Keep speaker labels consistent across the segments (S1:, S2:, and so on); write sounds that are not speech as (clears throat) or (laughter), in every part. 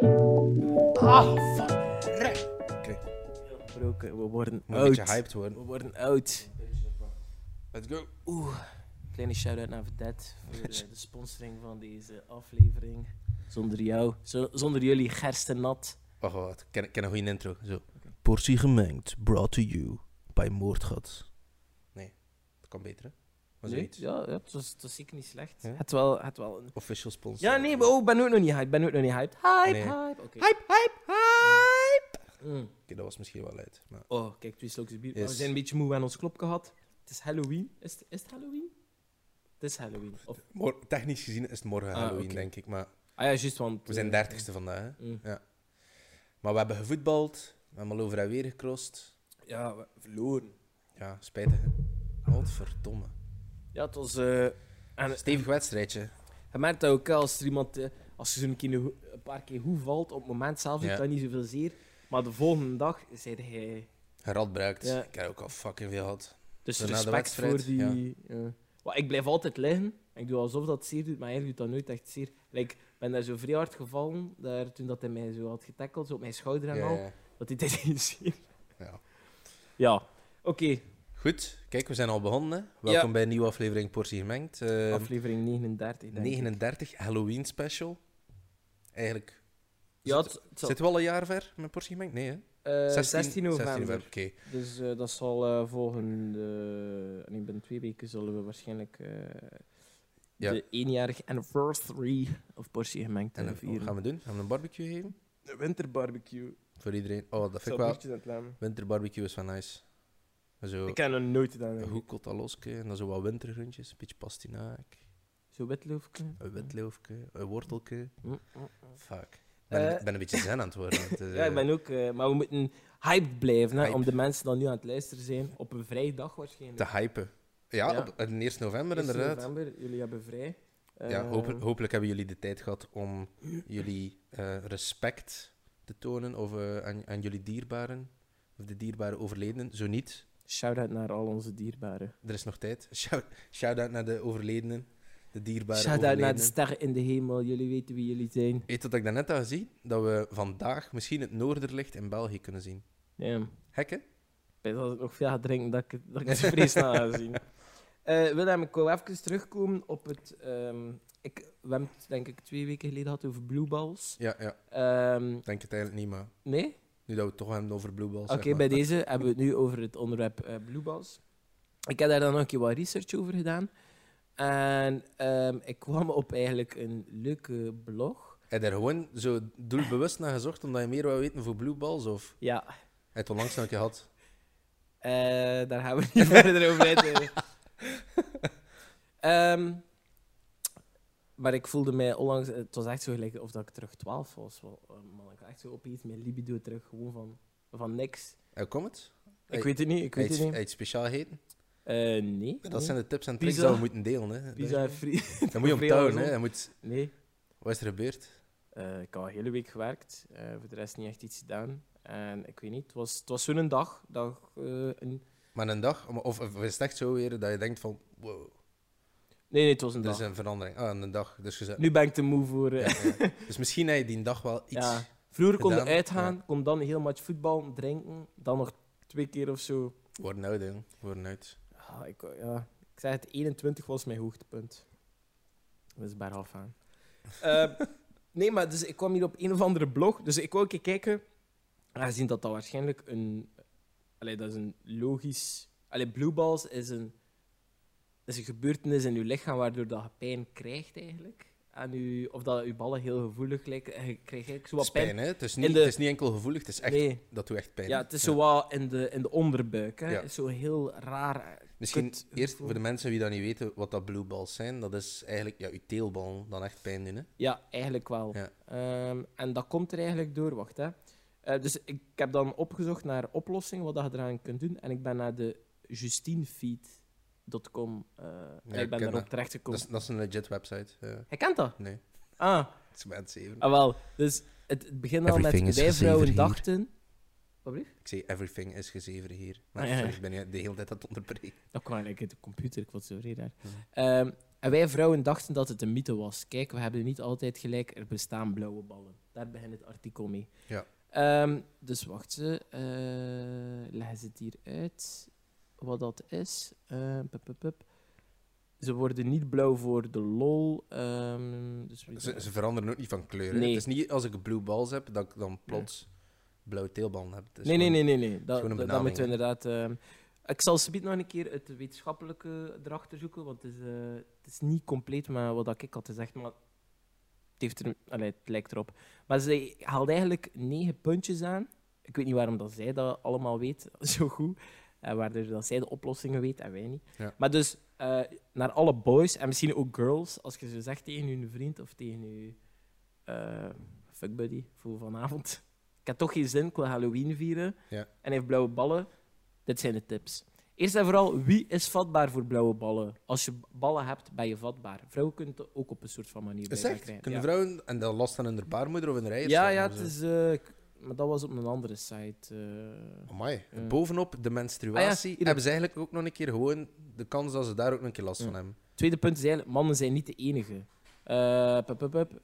S1: Ah, van rek. Kijk, broken, we worden
S2: Moet een
S1: oud.
S2: beetje hyped worden.
S1: We worden oud.
S2: Let's go.
S1: Oeh, kleine shout-out naar Vedette voor eh, de sponsoring van deze aflevering. Zonder jou, zo- zonder jullie gersten nat.
S2: Wacht, wacht, wacht. Ik ken, ik ken een goede intro. Zo.
S3: Portie gemengd, brought to you bij Moordgat.
S2: Dat kan beter, hè? Maar
S1: Nee?
S2: zoiets.
S1: Ja, ja het, was, het was zeker niet slecht.
S2: Ja?
S1: Het wel, het wel een...
S2: Official sponsor.
S1: Ja, nee, maar oh, ik ben ook nog niet hyped. ik ben ook nog niet hyped. Hype,
S2: Nee.
S1: hype. Oké.
S2: Hype, hype, hype!
S1: Mm.
S2: Oké, dat was misschien wel uit. Maar...
S1: Oh, kijk, twee slokjes bier. Maar
S2: Yes.
S1: We zijn een beetje moe aan ons klop gehad. Het is Halloween. Is het, is het Halloween? Het is Halloween. Of,
S2: Mor- technisch gezien is het morgen
S1: Ah,
S2: Halloween,
S1: oké.
S2: denk ik. Maar
S1: ah ja, juist, want...
S2: we zijn
S1: eh,
S2: dertigste vandaag, hè?
S1: mm.
S2: Maar we hebben gevoetbald. We hebben al over en weer gecrossed.
S1: Ja, we- verloren.
S2: Ja, spijtig, hè? Godverdomme.
S1: Ja, het was... eh en eh,
S2: Stevig wedstrijdje.
S1: je merkt dat ook hè, als er iemand... eh, als je zo'n keer een, hoe- een paar keer hoe valt, op het moment zelf doet
S2: Ja.
S1: dat niet zoveel zeer. Maar de volgende dag zei hij...
S2: Geradbruikt.
S1: Ja.
S2: Ik heb ook al fucking veel gehad.
S1: Dus
S2: Daarna de
S1: respect voor
S2: wedstrijd,
S1: die... ja. Maar ik blijf altijd liggen. En ik doe alsof dat zeer doet, maar eigenlijk doet dat nooit echt zeer. Like, ik ben daar zo vrij hard gevallen, daar, toen dat hij mij zo had getackeld, zo op mijn schouder en al.
S2: ja.
S1: Dat hij dit niet zien.
S2: Ja.
S1: Ja, oké.
S2: Goed, kijk, we zijn al begonnen. hè. Welkom bij een nieuwe aflevering Portie Gemengd. Eh,
S1: Aflevering 39, denk ik.
S2: 39, Halloween special. Eigenlijk.
S1: Ja,
S2: zit-
S1: het- het zal-
S2: Zitten we al een jaar ver met Portie Gemengd? Nee, hè?
S1: Eh, 16, november.
S2: 16 Oké,
S1: Dus eh, dat zal eh, volgende... En ik ben twee weken zullen we waarschijnlijk... eh,
S2: Ja.
S1: De eenjarig anniversary of Porsche gemengd eh,
S2: en
S1: hebben
S2: dan- wat gaan we doen? Gaan we een barbecue geven?
S1: De winterbarbecue.
S2: Voor iedereen. Oh, dat vind ik wel. Winterbarbecue is wel nice. Zo
S1: Ik heb nog nooit gedaan.
S2: een
S1: eigenlijk.
S2: goed kotaloske en dan zo wat wintergroentjes. Een beetje pastinaak,
S1: Zo witloofje.
S2: een witloofje, een wortelke.
S1: Mm, mm.
S2: Fuck. Ik ben,
S1: Eh.
S2: ik ben een beetje zen aan het worden. Het is,
S1: (laughs) Ja, ik
S2: eh,
S1: ben ook... eh, maar we moeten hyped blijven, hè,
S2: Hype.
S1: om de mensen die nu aan het luisteren zijn. Op een vrijdag waarschijnlijk.
S2: te hypen. Ja,
S1: Ja.
S2: Op, op 1 november
S1: 1
S2: inderdaad.
S1: november, jullie hebben vrij.
S2: Ja,
S1: Eh,
S2: hope- hopelijk hebben jullie de tijd gehad om jullie eh, respect te tonen of, eh, aan, aan jullie dierbaren. Of de dierbare overledenen. Zo niet,
S1: Shout-out naar al onze dierbaren.
S2: er is nog tijd. (laughs) Shout- Shout-out naar de overledenen. De dierbare
S1: Shout-out
S2: overledenen.
S1: naar de sterren in de hemel. Jullie weten wie jullie zijn.
S2: Weet je wat ik daarnet had gezien? Dat we vandaag misschien het noorderlicht in België kunnen zien.
S1: Ja. Ik
S2: Hekken?
S1: ben dat ik nog veel ga drinken, dat ik, het- dat
S2: (laughs)
S1: ik het vrees na ga zien. Eh Willem, ik wil even terugkomen op het... ehm, ik, we hebben het denk ik twee weken geleden gehad over blue balls.
S2: Ja, ja.
S1: Ehm,
S2: Ik denk het eigenlijk niet, maar
S1: nee?
S2: nu dat we het toch hebben over Blue Balls.
S1: Oké, bij deze hebben we het nu over het onderwerp eh blue balls. Ik heb daar dan nog een keer wat research over gedaan. En ehm, ik kwam op eigenlijk een leuke blog.
S2: Heb je er gewoon zo doelbewust naar gezocht omdat je meer wou weten voor Blue Balls? Of
S1: Ja,
S2: heb je het onlangs nog een keer gehad?
S1: Eh, daar gaan we niet (laughs) verder over uit. Ehm, maar ik voelde mij onlangs... Het was echt zo gelijk of dat ik terug 12 was. Wel, eh, Man, ik had echt zo opeens mijn libido terug. Gewoon van, van niks.
S2: Hoe komt het?
S1: Ik weet het niet, ik weet
S2: Hij
S1: het
S2: iets,
S1: niet.
S2: hij iets speciaal heten?
S1: Eh, nee.
S2: Dat zijn de tips en tricks
S1: Pizza.
S2: die we moeten delen. Hè. (laughs)
S1: Pizza en friet.
S2: Dan moet je
S1: Vrij
S2: omtouwen.
S1: gezond.
S2: Hè. Je moet...
S1: (laughs) Nee.
S2: Wat is er gebeurd?
S1: Eh, ik had een hele week gewerkt. eh, voor de rest niet echt iets gedaan. En ik weet niet, het was, het was zo'n dag. dag eh, een...
S2: Maar een dag, om- of, of is het echt zo weer dat je denkt van, wow,
S1: Nee, nee, het was een
S2: er is
S1: dag.
S2: een verandering. Ah, een dag. Dus, je zegt-
S1: Nu ben ik te moe voor... eh,
S2: Ja,
S1: (laughs)
S2: ja. dus misschien heb je die dag wel iets.
S1: Ja. Vroeger kon je
S2: gedaan.
S1: uitgaan, kon dan heel match voetbal drinken, dan nog twee keer of zo.
S2: Worden uit, hè. Worden uit.
S1: Ah, ik, ja. ik zei het, 21 was mijn hoogtepunt. Dat is bergaf aan. Eh, nee, maar dus ik kwam hier op een of andere blog, dus ik wou een keer kijken, aangezien dat dat waarschijnlijk een... Allee, dat is een logisch... Allee, blue balls is een, is een gebeurtenis in je lichaam waardoor dat je pijn krijgt eigenlijk. En je, of dat je ballen heel gevoelig lijken. eh, En Je krijgt eigenlijk zo
S2: Het
S1: wat
S2: is pijn, hè. Het is, niet,
S1: In de-
S2: het is niet enkel gevoelig, het is echt,
S1: Nee.
S2: dat doet echt pijn.
S1: Ja, het is zo wat in de, in de onderbuik. Hè?
S2: Ja.
S1: Het is Zo heel raar. eh,
S2: Misschien
S1: kut
S2: eerst
S1: gevoel.
S2: voor de mensen die dat niet weten wat dat blue balls zijn. Dat is eigenlijk ja, je teelbal dan echt pijn doen. Hè?
S1: Ja, eigenlijk wel.
S2: Ja.
S1: Ehm, en dat komt er eigenlijk door. Wacht, hè. Eh, dus ik heb dan opgezocht naar oplossingen, wat dat je eraan kunt doen. En ik ben naar de justinefeed.com. eh, en ik
S2: ik ken
S1: ben
S2: dat.
S1: daarop
S2: Dat,
S1: terechtgekomen.
S2: is, dat is een legit website. eh.
S1: Hij kent dat?
S2: nee,
S1: Ah,
S2: het is mijn zeven.
S1: ah wel. Dus het, het begint al
S2: Everything
S1: met
S2: is
S1: wij vrouwen
S2: gezever hier.
S1: dachten... Wat blieft?
S2: Ik zei, everything is gezever hier. Maar
S1: Ah, ja, ja.
S2: sorry, ik ben je de hele tijd aan het onderbreken.
S1: Dat kwam eigenlijk uit de computer, ik vond het zo raar.
S2: Mhm.
S1: Ehm, En wij vrouwen dachten dat het een mythe was. Kijk, we hebben niet altijd gelijk, er bestaan blauwe ballen. Daar begint het artikel mee.
S2: Ja.
S1: Ehm, dus wacht ze. eh, leggen ze het hier uit. Wat dat is. Eh, pup, pup, pup. Ze worden niet blauw voor de lol. ehm, dus we-
S2: Ze, ze veranderen ook niet van kleur. hè.
S1: Nee.
S2: Het is niet als ik blue balls heb, dat ik dan plots blauwe teelballen heb. Het is
S1: nee, nee,
S2: gewoon-
S1: nee, nee, nee. Dat,
S2: gewoon een
S1: dat- dat moeten we
S2: benaming,
S1: inderdaad. ehm, ik zal subiet nog een keer het wetenschappelijke erachter zoeken, want het is, eh, het is niet compleet maar wat dat ik had gezegd, maar het, heeft er, allee, het lijkt erop. Maar ze haalt eigenlijk negen puntjes aan. Ik weet niet waarom dat zij dat allemaal weet (laughs) zo goed, en waardoor dat zij de oplossingen weet en wij niet.
S2: Ja.
S1: Maar dus eh, naar alle boys en misschien ook girls, als je ze zegt tegen hun vriend of tegen je eh, fuckbuddy voor vanavond. Ik heb toch geen zin, ik wil Halloween vieren
S2: Ja.
S1: en hij heeft blauwe ballen. Dit zijn de tips. Eerst en vooral, wie is vatbaar voor blauwe ballen? Als je ballen hebt, ben je vatbaar. Vrouwen kunnen het ook op een soort van manier
S2: Is
S1: blijkbaar
S2: echt?
S1: krijgen.
S2: Kunnen
S1: ja.
S2: vrouwen en dan last van hun baarmoeder of hun rij?
S1: Ja, ja, het is, eh, k- maar dat was op een andere site. eh.
S2: Amai.
S1: Ja.
S2: Bovenop de menstruatie
S1: Ah ja, hier-
S2: hebben ze eigenlijk ook nog een keer gewoon de kans dat ze daar ook nog een keer last
S1: Ja.
S2: van hebben.
S1: Tweede punt is eigenlijk, mannen zijn niet de enige. Eh, pup, pup, pup.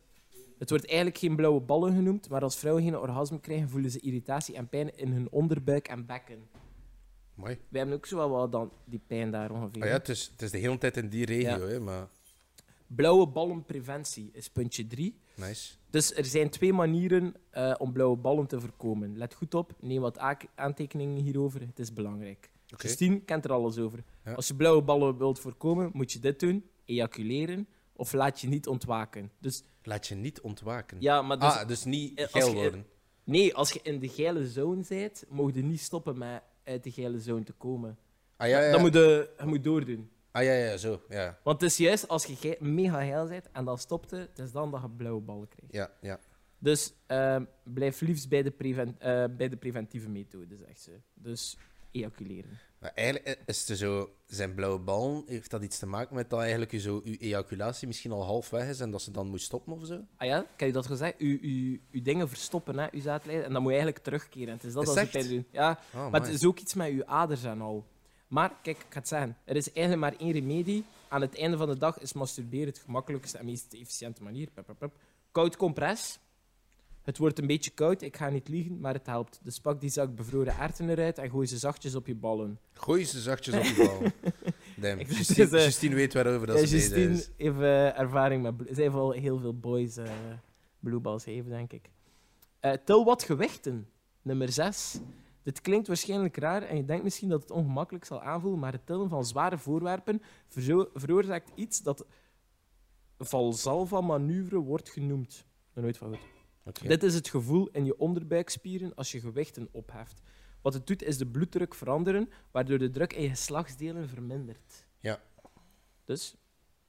S1: Het wordt eigenlijk geen blauwe ballen genoemd, maar als vrouwen geen orgasme krijgen, voelen ze irritatie en pijn in hun onderbuik en bekken.
S2: Amai.
S1: Wij hebben ook zo wel wat dan die pijn daar ongeveer.
S2: Ah ja, het, is, het is de hele tijd in die regio, hè, maar
S1: Blauwe ballenpreventie is puntje 3.
S2: nice.
S1: Dus er zijn twee manieren eh, om blauwe ballen te voorkomen. Let goed op, neem wat aak- aantekeningen hierover, het is belangrijk.
S2: Oké.
S1: Christine kent er alles over.
S2: Ja.
S1: Als je blauwe ballen wilt voorkomen, moet je dit doen: ejaculeren of laat je niet ontwaken. Dus
S2: Laat je niet ontwaken.
S1: ja, maar dus,
S2: ah, dus niet
S1: eh, als
S2: geil
S1: je-
S2: worden.
S1: nee, als je in de geile zone bent, mocht je niet stoppen met uit de geile zone te komen.
S2: Ah ja, ja,
S1: Dan moet je, je moet doordoen.
S2: ah, ja, ja, zo. Ja,
S1: Want het is juist als je ge- mega geil bent en dan stopt het, het is dan dat je blauwe ballen krijgt.
S2: ja, ja.
S1: Dus ehm, blijf liefst bij de, preven- eh, bij de preventieve methode, zegt ze. Dus ejaculeren.
S2: Maar eigenlijk eh, is het zo, zijn blauwe ballen, heeft dat iets te maken met dat eigenlijk je, zo, je ejaculatie misschien al half weg is en dat ze dan moet stoppen of zo?
S1: Ah ja, kan je dat gezegd? U, u, uw dingen verstoppen, hè, uw zaadlijden. En dan moet je eigenlijk terugkeren. En het is dat
S2: Is
S1: als ze
S2: echt?
S1: pijn doen. Ja,
S2: Ah, amai.
S1: maar het is ook iets met uw aders en al. Maar kijk, ik ga het zeggen. Er is eigenlijk maar één remedie. Aan het einde van de dag is masturberen het gemakkelijkste en meest efficiënte manier. Pep, pep, pep. Koud compress. Het wordt een beetje koud, ik ga niet liegen, maar het helpt. Dus pak die zak bevroren aarten eruit en gooi ze zachtjes op je ballen.
S2: Gooi ze zachtjes op
S1: (laughs)
S2: je bal. Damn.
S1: Ik dacht,
S2: Justine,
S1: dus, eh,
S2: Justine weet waarover dat
S1: Ja,
S2: ze bezig
S1: Justine
S2: is.
S1: heeft eh, ervaring met... blo- Zij heeft al heel veel boys eh blue balls heeft, denk ik. Eh tel wat gewichten. Nummer 6. Dit klinkt waarschijnlijk raar en je denkt misschien dat het ongemakkelijk zal aanvoelen, maar het tillen van zware voorwerpen verzo- veroorzaakt iets dat valsalva-manoeuvre wordt genoemd. Nog nooit van goed.
S2: Oké.
S1: Dit is het gevoel in je onderbuikspieren als je gewichten opheft. Wat het doet is de bloeddruk veranderen, waardoor de druk in je geslachtsdelen vermindert.
S2: Ja.
S1: Dus,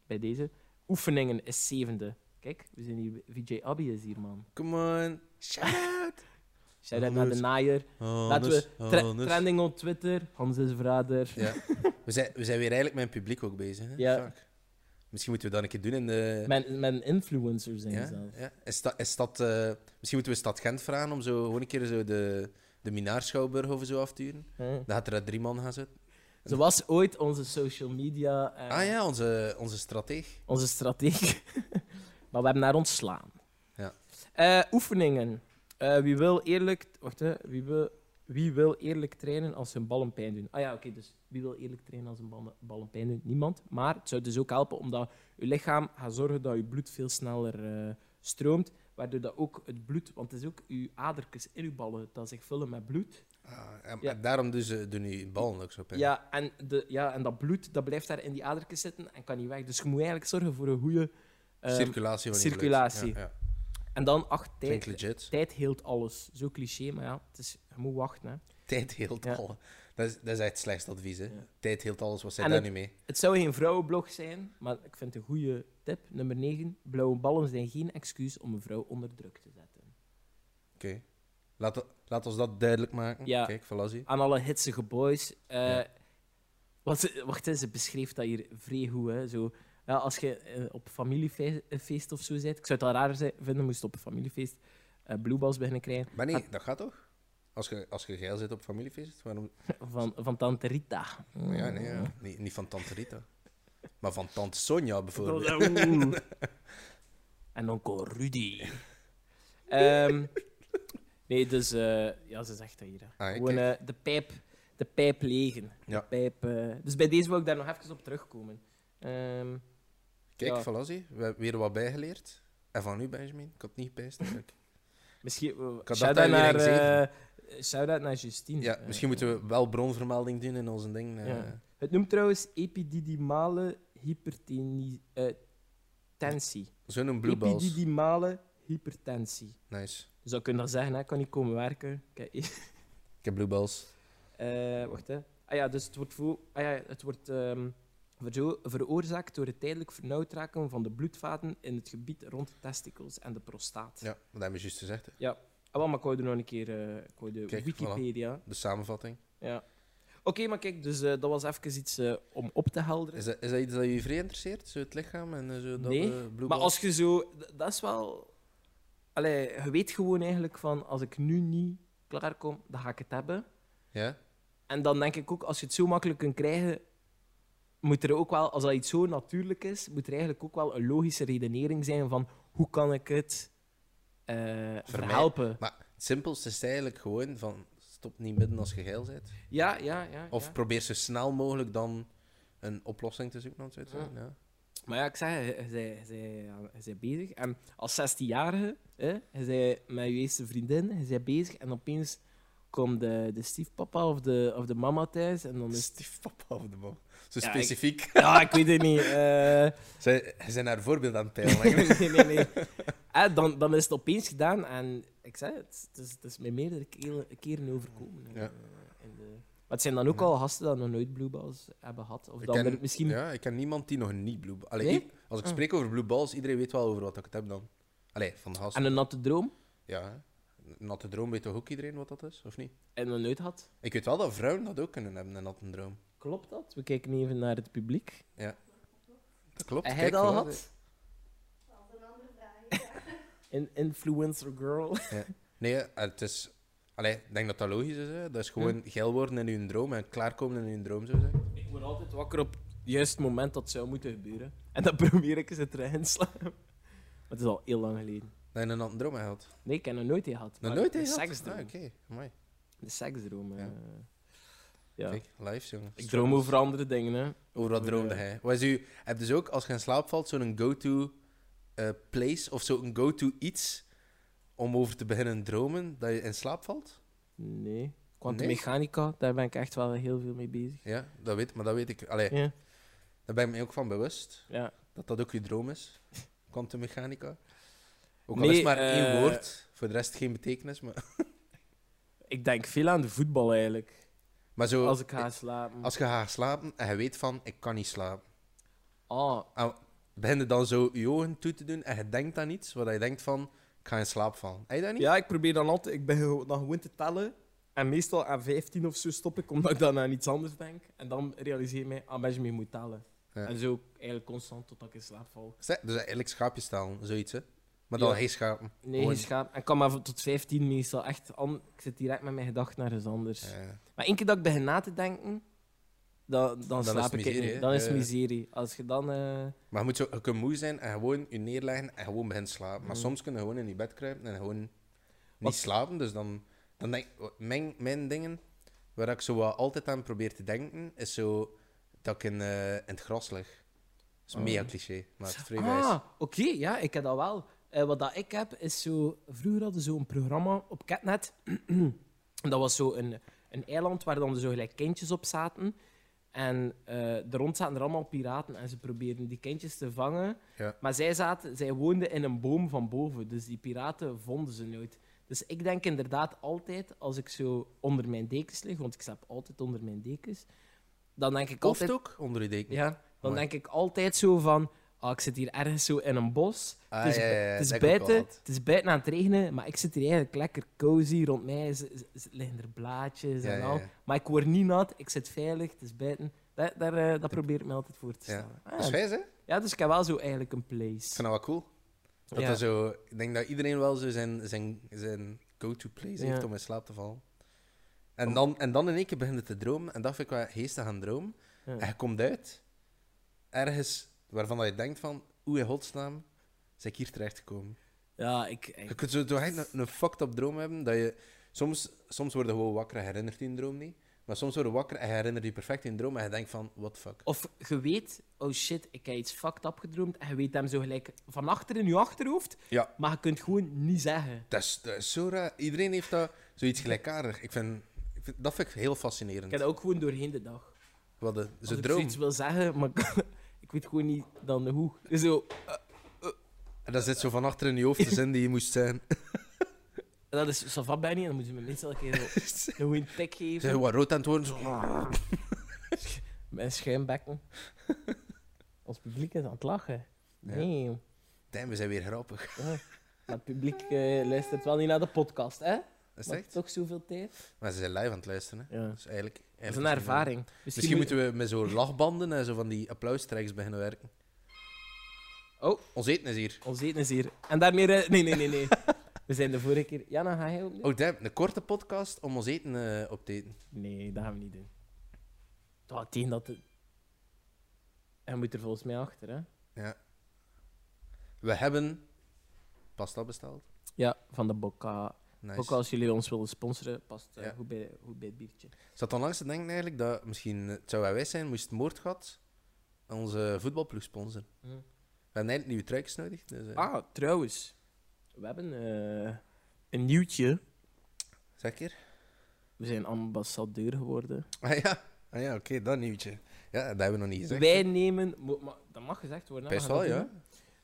S1: bij deze, oefeningen is zevende. Kijk, we zijn hier, VJ Abby is hier, man.
S2: Come on.
S1: Shout out naar de naaier. Laten we, tre- trending op Twitter, Hans is verrader.
S2: Ja. We, zijn, we zijn weer eigenlijk met het publiek ook bezig. Hè?
S1: Ja.
S2: Fuck. Misschien moeten we dat een keer doen in de...
S1: Met, met een influencer zijn
S2: ja?
S1: zelf.
S2: Ja. Is dat, is dat, eh, Misschien moeten we Stad Gent vragen om zo gewoon een keer zo de, de Minaarschouwburg of zo af te huren.
S1: Hè.
S2: Dan gaat er daar drie man gaan zitten.
S1: Ze was ooit onze social media, eh,
S2: Ah ja, onze, onze strateeg.
S1: onze strategie. (laughs) maar we hebben haar ontslaan.
S2: Ja.
S1: Eh, oefeningen. Eh, wie, wil eerlijk, wacht, hè. Wie, wil, wie wil eerlijk trainen als hun ballen pijn doen? Ah ja, oké, dus wie wil eerlijk trainen als hun ballen, ballen pijn doen? Niemand. Maar het zou dus ook helpen omdat je lichaam gaat zorgen dat je bloed veel sneller eh, stroomt. Waardoor dat ook het bloed, want het is ook je adertjes in je ballen dat zich vullen met bloed.
S2: Ah, en,
S1: Ja.
S2: en daarom doen ze doen die ballen ook zo pijn.
S1: Ja en, de, ja, en dat bloed dat blijft daar in die adertjes zitten en kan niet weg. Dus je moet eigenlijk zorgen voor een goede eh,
S2: Circulatie van je bloed.
S1: ehm, circulatie.
S2: Ja, ja.
S1: En dan acht
S2: Klinkt
S1: tijd.
S2: legit.
S1: Tijd heelt alles. Zo cliché, maar ja, het is, je moet wachten. Hè.
S2: Tijd heelt
S1: Ja.
S2: alles. Dat is, dat is echt het slechtste advies. Hè.
S1: Ja.
S2: Tijd heelt alles. Wat zijn
S1: En
S2: daar
S1: het-
S2: nu mee?
S1: Het zou geen vrouwenblog zijn, maar ik vind het een goede tip. Nummer 9. Blauwe ballen zijn geen excuus om een vrouw onder druk te zetten.
S2: Oké. Laat, laat ons dat duidelijk maken.
S1: Ja.
S2: Kijk, voilà, zie.
S1: Aan alle hitsige boys. eh,
S2: Ja.
S1: want ze- wacht, hè, ze beschreef dat hier vrij goed. Hè, zo. Ja, als je eh, op familiefeest of zo zit, ik zou het al raar zijn- vinden, moest je op een familiefeest eh bloeballs beginnen krijgen
S2: Maar nee, dat gaat toch? Als je, als je geil zit op familiefeest, waarom...
S1: van, van tante Rita.
S2: Ja, nee, ja. Niet, niet van tante Rita. Maar van tante Sonja bijvoorbeeld.
S1: (laughs) en onkel Rudy. Ehm, nee, dus eh, ja, ze zegt dat hier. hè.
S2: Ah, ja,
S1: Gewoon eh, de, pijp, de pijp legen.
S2: Ja.
S1: De pijp, eh, dus bij deze wil ik daar nog even op terugkomen. Ehm,
S2: Kijk,
S1: ja.
S2: voilà, zie, we hebben weer wat bijgeleerd. En van u, Benjamin, ik had het niet bijst. eigenlijk.
S1: misschien
S2: had dat
S1: eh
S2: daar
S1: shout-out naar,
S2: iedereen gezegd.
S1: eh, shout-out naar Justine.
S2: Ja,
S1: Eh,
S2: misschien moeten we wel bronvermelding doen in onze ding. eh.
S1: Ja. Het noemt trouwens eh, epididymale hypertensie.
S2: Zo'n blue balls.
S1: epididymale hypertensie.
S2: Nice.
S1: Dus dat kun je dan zeggen, hè, ik kan niet komen werken. Kijk,
S2: Ik heb blue balls.
S1: Eh, wacht, hè. Ah ja, dus het wordt, vo- ah ja, het wordt ehm, verzo- veroorzaakt door het tijdelijk vernauwd raken van de bloedvaten in het gebied rond de testicles en de prostaat.
S2: Ja, dat hebben we juist gezegd. hè.
S1: Ah, wel, maar ik wou er nog een keer... eh, ik wou de
S2: Kijk,
S1: Wikipedia.
S2: De samenvatting.
S1: Ja. Oké, maar kijk, dus eh, dat was even iets eh, om op te helderen.
S2: Is dat, is dat iets dat je vrij interesseert? Zo het lichaam en eh, zo dat
S1: Nee,
S2: eh, blue
S1: Maar
S2: balls?
S1: als je zo... d- Dat is wel... Allee, je weet gewoon eigenlijk van, als ik nu niet klaarkom, dan ga ik het hebben.
S2: Ja?
S1: En dan denk ik ook, als je het zo makkelijk kunt krijgen, moet er ook wel, als dat iets zo natuurlijk is, moet er eigenlijk ook wel een logische redenering zijn van hoe kan ik het eh, verhelpen.
S2: Het simpelste is eigenlijk gewoon van stop niet midden als je geil bent.
S1: Ja, ja, ja.
S2: Of
S1: ja.
S2: probeer zo snel mogelijk dan een oplossing te zoeken. aan het uitzien, Ja.
S1: Maar ja, ik zeg, je- je zij- je zij- je zij bezig. En als 16-jarige, hè, je zij met je eerste vriendin, je zij bezig en opeens komt de, de stiefpapa of de, of de mama thuis en dan (laughs) is...
S2: Stiefpapa of de man. Zo
S1: Ja, ik-
S2: specifiek.
S1: Ja, ik weet het niet. eh.
S2: Zij, hij zijn haar voorbeeld aan het peilen. eigenlijk.
S1: (laughs) nee, nee, nee. Eh, dan, dan is het opeens gedaan en ik zei het, het is, het is mij meerdere keren, keren overkomen. eh,
S2: Ja.
S1: in de... Maar het zijn dan ook al gasten die nog nooit Blue Balls hebben gehad. Of
S2: Ik
S1: dan
S2: ken-
S1: er misschien...
S2: Ja, ik ken niemand die nog niet blue balls... Allee,
S1: Nee?
S2: ik- als ik
S1: Ah.
S2: spreek over blue balls, iedereen weet wel over wat ik het heb dan. Allee, van de gast.
S1: En een natte droom
S2: Ja, hè. een natte droom weet toch ook iedereen wat dat is, of niet?
S1: en nog nooit had.
S2: Ik weet wel dat vrouwen dat ook kunnen hebben, een natte droom.
S1: Klopt dat? We kijken even naar het publiek.
S2: Dat klopt.
S1: Heb jij
S2: kijk,
S1: dat al
S2: voilà.
S1: had? Een influencer girl.
S2: Nee, eh, het is... Allee, ik denk dat dat logisch is. Hè? Dat is gewoon
S1: Hm.
S2: geil worden in hun droom en klaarkomen in hun droom, zo zeggen.
S1: (laughs) Ik word altijd wakker op het juiste moment dat het zou moeten gebeuren. En dan (laughs) probeer ik eens het erin te slaan. Maar het is al heel lang geleden.
S2: Dat je een natte droom hebt gehad.
S1: Nee, ik heb nog nooit gehad.
S2: Nog
S1: maar
S2: nooit
S1: een
S2: hè, gehad?
S1: seksdroom.
S2: Ah, oké. Amai.
S1: De seksdroom. eh.
S2: Ja.
S1: Ja.
S2: Kijk, dus live, jongen.
S1: Ik droom over andere dingen, hè.
S2: Over wat
S1: Over,
S2: droomde
S1: eh,
S2: hij? Wat is u, heb dus ook, als je in slaap valt, zo'n go-to eh, place of zo'n go-to iets om over te beginnen dromen dat je in slaap valt?
S1: Nee. Quantummechanica,
S2: Quantummechanica,
S1: mechanica, daar ben ik echt wel heel veel mee bezig.
S2: Ja, dat weet, maar dat weet ik. Allee,
S1: Ja.
S2: daar ben ik me ook van bewust,
S1: ja.
S2: dat dat ook je droom is. Quantummechanica. Ook al
S1: Nee,
S2: is het maar
S1: eh,
S2: één woord, voor de rest geen betekenis. Maar,
S1: Ik denk veel aan de voetbal eigenlijk.
S2: maar zo,
S1: Als ik ga slapen.
S2: als je gaat slapen en je weet van, ik kan niet slapen,
S1: Ah,
S2: begin je dan zo je ogen toe te doen en je denkt aan iets waar je denkt van, ik ga in slaap vallen. Heb je dat niet?
S1: ja, ik probeer dan altijd. Ik ben gewo- dan gewoon te tellen. En meestal aan 15 of zo stop ik, omdat ik dan aan iets anders denk. En dan realiseer ik mij, ah, ben je mee moet tellen.
S2: Ja.
S1: En zo eigenlijk constant totdat ik in slaap val.
S2: Zeg, Dus eigenlijk schaapjes stalen, zoiets hè? Maar dan
S1: Ja.
S2: geen schapen.
S1: Nee,
S2: Gewoon-
S1: geen schaap. En ik kan maar v- tot 15 meestal echt. an- Ik zit direct met mijn gedachten naar iets anders.
S2: Ja.
S1: Maar één keer dat ik begin na te denken, dan, dan,
S2: is
S1: slaap
S2: het
S1: ik
S2: miserie,
S1: niet.
S2: hè?
S1: Dan is het
S2: Ja, ja.
S1: miserie. Als je dan... eh,
S2: Maar je moet zo, je kunt moe zijn en gewoon je neerleggen en gewoon beginnen slapen. Maar
S1: Mm.
S2: soms kun je gewoon in je bed kruipen en gewoon niet
S1: Wat-
S2: slapen. Dus dan, dan denk oh, mijn, mijn dingen, waar ik zo wat altijd aan probeer te denken, is zo dat ik in, eh, in het gras lig. Dat is
S1: Oh.
S2: mega cliché, maar het is vrij wijs.
S1: Ah, oké, ja, ik heb dat wel. Eh, wat dat ik heb, is zo... Vroeger hadden ze zo'n programma op Catnet. (clears throat) En dat was zo een, een eiland waar dan zo gelijk kindjes op zaten. En eh er rond zaten er allemaal piraten en ze probeerden die kindjes te vangen.
S2: Ja.
S1: Maar zij, zaten, zij woonden in een boom van boven, dus die piraten vonden ze nooit. Dus ik denk inderdaad altijd, als ik zo onder mijn dekens lig, want ik slaap altijd onder mijn dekens, dan denk ik
S2: Kost
S1: altijd...
S2: ook onder je deken.
S1: Ja, dan
S2: Mooi.
S1: denk ik altijd zo van... ah, ik zit hier ergens zo in een bos.
S2: Ah,
S1: het, is,
S2: ja, ja, ja,
S1: het, is
S2: dat heb ik ook
S1: buiten,
S2: al
S1: het is buiten aan het regenen, maar ik zit hier eigenlijk lekker cozy. Rond mij z- z- z- liggen er blaadjes
S2: Ja,
S1: en
S2: ja,
S1: al.
S2: ja.
S1: Maar ik word niet nat, ik zit veilig, het is buiten. Daar, daar, eh, dat probeer ik me altijd voor te
S2: Ja.
S1: stellen.
S2: Dat is
S1: Ah,
S2: wijs, hè? Ik
S1: ja, dus ik heb wel zo eigenlijk een place.
S2: vind dat wel cool. Dat
S1: Ja.
S2: dat zo, ik denk dat iedereen wel zo zijn, zijn, zijn go-to place
S1: Ja.
S2: heeft om in slaap te vallen. En dan, en dan in één keer begint het te dromen. En dat vind ik wel geestig aan droom.
S1: Ja.
S2: En je komt uit. ergens waarvan dat je denkt van, hoe in godsnaam ben ik hier terechtgekomen?
S1: Ja, ik... ik-
S2: Je kunt zo toch echt een, een fucked up droom hebben, dat je... Soms, soms word je gewoon wakker en herinnert je een droom niet. Maar soms word je wakker en je herinnert je perfect in droom en je denkt van, what the fuck?
S1: Of je weet, oh shit, ik heb iets fucked up gedroomd. En je weet hem zo gelijk van achter in je achterhoofd.
S2: Ja.
S1: Maar je kunt gewoon niet zeggen.
S2: Dat is, dat is zo raar. Iedereen heeft dat zoiets gelijkaardig. Ik vind, ik vind- dat vind ik heel
S1: Ik
S2: fascinerend.
S1: heb dat ook gewoon doorheen de dag.
S2: Wat een,
S1: Als
S2: zo'n
S1: ik
S2: droom.
S1: zoiets wil zeggen, maar ik, (laughs) ik weet gewoon niet dan hoe. Dus Zo,
S2: En dat zit zo van achter in je hoofd de zin die je moest
S1: (laughs)
S2: zijn.
S1: dat is savat bij niet. Dan moeten ze me meestal een keer zo-
S2: (laughs)
S1: een goede tik
S2: Zijn je
S1: geven.
S2: wat rood aan het worden? Zo. "Ah, (laughs)
S1: Mijn schuimbekken. Ons publiek is aan het lachen.
S2: Ja.
S1: Nee.
S2: Damn, we zijn weer grappig.
S1: ja. Maar het publiek eh, luistert wel niet naar de podcast, hè?
S2: Dat is
S1: Maar
S2: echt.
S1: toch zoveel tijd.
S2: Maar ze zijn live aan het luisteren. Hè.
S1: Ja.
S2: Dat is eigenlijk,
S1: Dat is
S2: eigenlijk
S1: een ervaring. Misschien,
S2: Misschien
S1: moet-
S2: moeten we met zo'n lachbanden en zo van die applaustracks beginnen werken.
S1: Oh.
S2: Ons eten is hier.
S1: Ons eten is hier. En daarmee... ru- Nee, nee, nee, nee. We zijn de vorige keer... Jana, ga jij opnieuw?
S2: Oh damn, een korte podcast om ons eten eh, op te eten.
S1: Nee, dat gaan we niet doen. Oh, tegen dat... het- Hij moet er volgens mij achter, hè?
S2: We hebben pasta besteld.
S1: Ja, van de Bocca.
S2: Nice.
S1: Ook als jullie ons willen sponsoren, past eh,
S2: Ja.
S1: goed, bij, goed bij het biertje.
S2: Ik zat onlangs te denken eigenlijk dat misschien, het zou wel wij zijn, moest Moordgat onze voetbalploeg sponsoren.
S1: Hm.
S2: We hebben eigenlijk nieuwe truikjes nodig. Dus, eh,
S1: Ah, trouwens. We hebben eh, een nieuwtje.
S2: Zeg een keer.
S1: We zijn ambassadeur geworden.
S2: Ah ja, ah, ja oké, dat nieuwtje. Ja, dat hebben we nog niet gezegd.
S1: Wij nemen... mo- maar dat mag gezegd worden. hè,
S2: Best
S1: we gaan
S2: wel,
S1: dat
S2: ja.
S1: doen,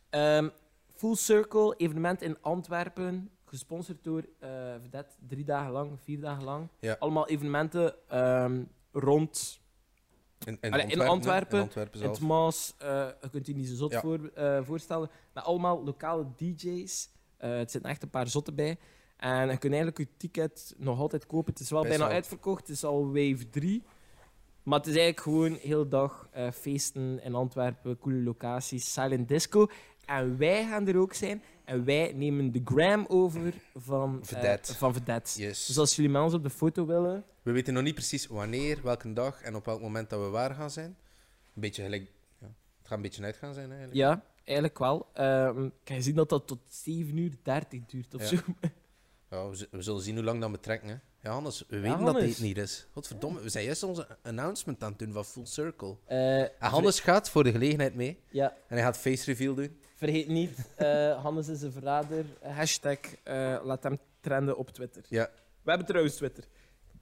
S1: hè. Ehm, Full Circle, evenement in Antwerpen. Gesponsord door eh Vedette. Drie dagen lang, vier dagen lang.
S2: Ja.
S1: Allemaal evenementen ehm, rond
S2: In,
S1: Allee, in
S2: hè.
S1: Antwerpen,
S2: In Antwerpen
S1: Het
S2: zelf.
S1: Maas, eh, je kunt je niet zo zot
S2: Ja.
S1: voor, eh, voorstellen. Maar allemaal lokale DJ's. Eh het zitten echt een paar zotten bij. En je kunt eigenlijk je ticket nog altijd kopen. Het is wel
S2: Best
S1: bijna
S2: wel.
S1: uitverkocht. Het is al wave 3. Maar het is eigenlijk gewoon heel dag eh, feesten in Antwerpen, coole locaties, silent disco. En wij gaan er ook zijn. En wij nemen de gram over van eh,
S2: Vedette.
S1: van Vedette.
S2: Yes.
S1: Dus als jullie met ons op de foto willen,
S2: We weten nog niet precies wanneer, welke dag en op welk moment dat we waar gaan zijn. Een beetje gelijk... Ja. Het gaat een beetje uit gaan zijn eigenlijk.
S1: Ja, eigenlijk wel. Ehm kan je zien dat dat tot 7 uur 30 duurt of
S2: Ja.
S1: zo.
S2: Ja, we, z- we zullen zien hoe lang dat we trekken. Hè. Ja, Hannes, we weten dat
S1: Hannes.
S2: dit niet is. Godverdomme, we zijn juist onze announcement aan het doen van Full Circle.
S1: Eh,
S2: En Ah, Hannes gaat voor de gelegenheid mee.
S1: Ja,
S2: En hij gaat face reveal doen.
S1: vergeet niet, eh, Hannes is een verrader. Hashtag eh, laat hem trenden op Twitter.
S2: Ja.
S1: We hebben trouwens Twitter.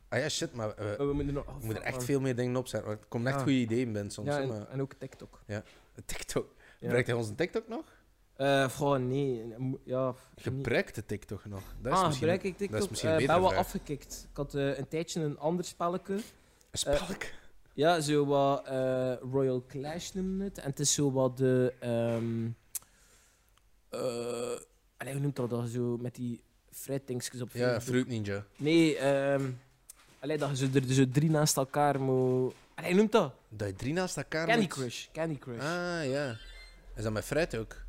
S2: Ah ja, shit, maar we,
S1: Maar we moeten nog... oh,
S2: we moeten
S1: fuck,
S2: echt
S1: man.
S2: veel meer dingen opzetten. want Er komen echt
S1: Ja.
S2: goede ideeën binnen soms.
S1: Ja,
S2: hè,
S1: en,
S2: maar...
S1: en ook TikTok.
S2: TikTok.
S1: Ja.
S2: Gebruikt hij onze TikTok nog?
S1: Eh, goh, nee. mo- Ja, f- niet.
S2: Gebruikt de TikTok nog? Dat is
S1: Ah,
S2: misschien
S1: gebruik ik
S2: is
S1: TikTok? Ik
S2: misschien een
S1: ben
S2: betere
S1: wel
S2: vraag.
S1: afgekikt. Ik had eh, een tijdje een ander spelletje.
S2: een spelk.
S1: Eh, Ja, zo wat eh, Royal Clash noemen het. En het is zo wat de... ehm eh, allee, hoe noemt dat dat? Zo met die fruitdingsjes op
S2: ja,
S1: Facebook.
S2: Fruit Ninja.
S1: Nee, ehm allee, dat je zo, er zo drie naast elkaar moet... Allee, noemt dat?
S2: Dat je drie naast elkaar
S1: Candy
S2: moet-
S1: Crush. Candy Crush.
S2: Ah, ja. Is dat met fruit ook?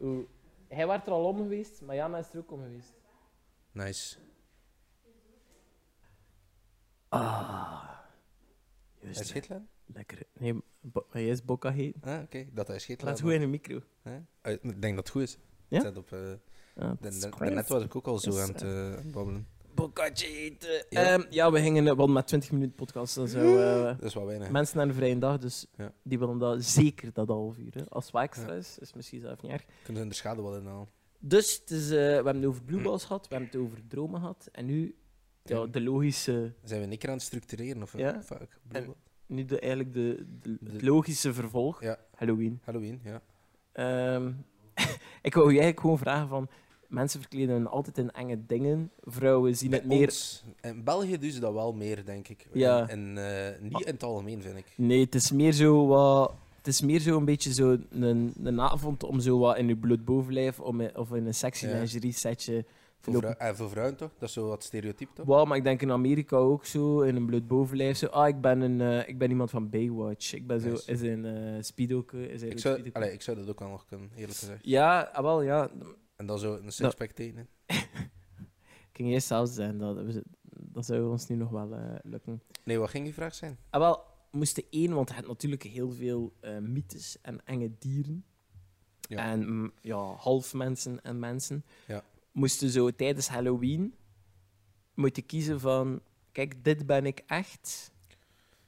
S1: Oeh. Hij werd er al om geweest, maar Jana is er ook om geweest.
S2: Nice.
S1: Ah.
S2: Hij
S1: Juist.
S2: schittelen?
S1: Lekker. Nee, bo- hij is Bokka heet.
S2: Ah, oké. Dat hij schittelen.
S1: Laat goed in de micro.
S2: Eh, Ik denk dat het goed is.
S1: Ja?
S2: Zet op, eh,
S1: Ja,
S2: da- da-
S1: dat is
S2: daarnet was ik ook al zo
S1: Is,
S2: aan het eh, babbelen.
S1: Bokkatje eten.
S2: Ja.
S1: Ja, ja we gingen eh, wel met 20 minuten podcast. Dan zo, eh,
S2: Dat is wel weinig.
S1: mensen naar een vrije dag, dus
S2: Ja.
S1: die willen dat zeker dat half uur. Hè. Als het wel extra is, is misschien zelf niet erg.
S2: Kunnen ze in de schade wel inhalen.
S1: Dus het is, eh, we hebben het over Blue Balls gehad, we hebben het over dromen gehad. En nu ja, de logische,
S2: Zijn we een keer aan het structureren? Of, eh,
S1: Ja.
S2: Fuck. Blue
S1: En-
S2: Ball.
S1: nu de, eigenlijk de, de-
S2: De-
S1: het logische vervolg,
S2: Ja.
S1: Halloween.
S2: Halloween, ja.
S1: Ehm, (laughs) ik wou je eigenlijk gewoon vragen van, mensen verkleden hun altijd in enge dingen, vrouwen zien het
S2: Bij
S1: meer...
S2: ons- in België doen ze dat wel meer, denk ik.
S1: Ja.
S2: En, eh, niet in het algemeen, vind ik.
S1: Nee, het is meer zo wat... Het is meer zo een beetje zo een, een avond om zo wat in je bloedbovenlijf om, in- of in een sexy
S2: Ja.
S1: lingerie setje te
S2: Voor,
S1: lopen.
S2: vrou- en voor vrouwen toch? Dat is zo wat stereotyp toch?
S1: Wow, maar ik denk in Amerika ook zo, in een bloedbovenlijf zo. Ah, ik ben, een, eh, ik ben iemand van Baywatch. Ik ben zo,
S2: Nice.
S1: is een eh speedoke, is hij
S2: Ik
S1: een
S2: zou,
S1: speedoke.
S2: allee, ik zou dat ook wel nog kunnen, eerlijk gezegd.
S1: Ja, ah, wel, ja.
S2: En dan zo een sixpack tekenen.
S1: Ik ging eerst zelf zijn, dat, we- dat zou ons nu nog wel eh, lukken.
S2: Nee, wat ging die vraag zijn?
S1: Ah, wel, moesten één, want hij had natuurlijk heel veel eh, mythes en enge dieren.
S2: Ja.
S1: En mm, ja, half mensen en mensen.
S2: Ja.
S1: Moesten zo tijdens Halloween moeten kiezen van... Kijk, dit ben ik echt.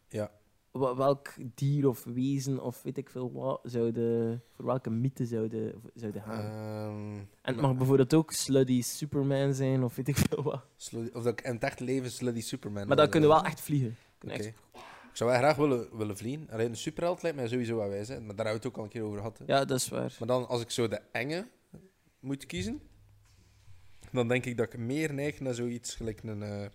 S2: Ja.
S1: Wa- Welk dier of wezen of weet ik veel wat zouden... Voor welke mythe zouden, zouden gaan.
S2: Ehm,
S1: en het
S2: nou,
S1: mag bijvoorbeeld ook sluddy Superman zijn of weet ik veel wat.
S2: Sluddy- of dat ik in het echt leven Sluddy Superman wil
S1: Maar dan kunnen we
S2: zijn.
S1: wel echt vliegen. Kunnen
S2: Oké.
S1: echt-
S2: Ik zou wel graag willen, willen vliegen. Alleen een superheld lijkt mij sowieso wat wij zijn. Maar daar hebben we het ook al een keer over gehad. hè.
S1: Ja, dat is waar.
S2: Maar dan, als ik zo de enge moet kiezen, dan denk ik dat ik meer neig naar zoiets gelijk een... eh,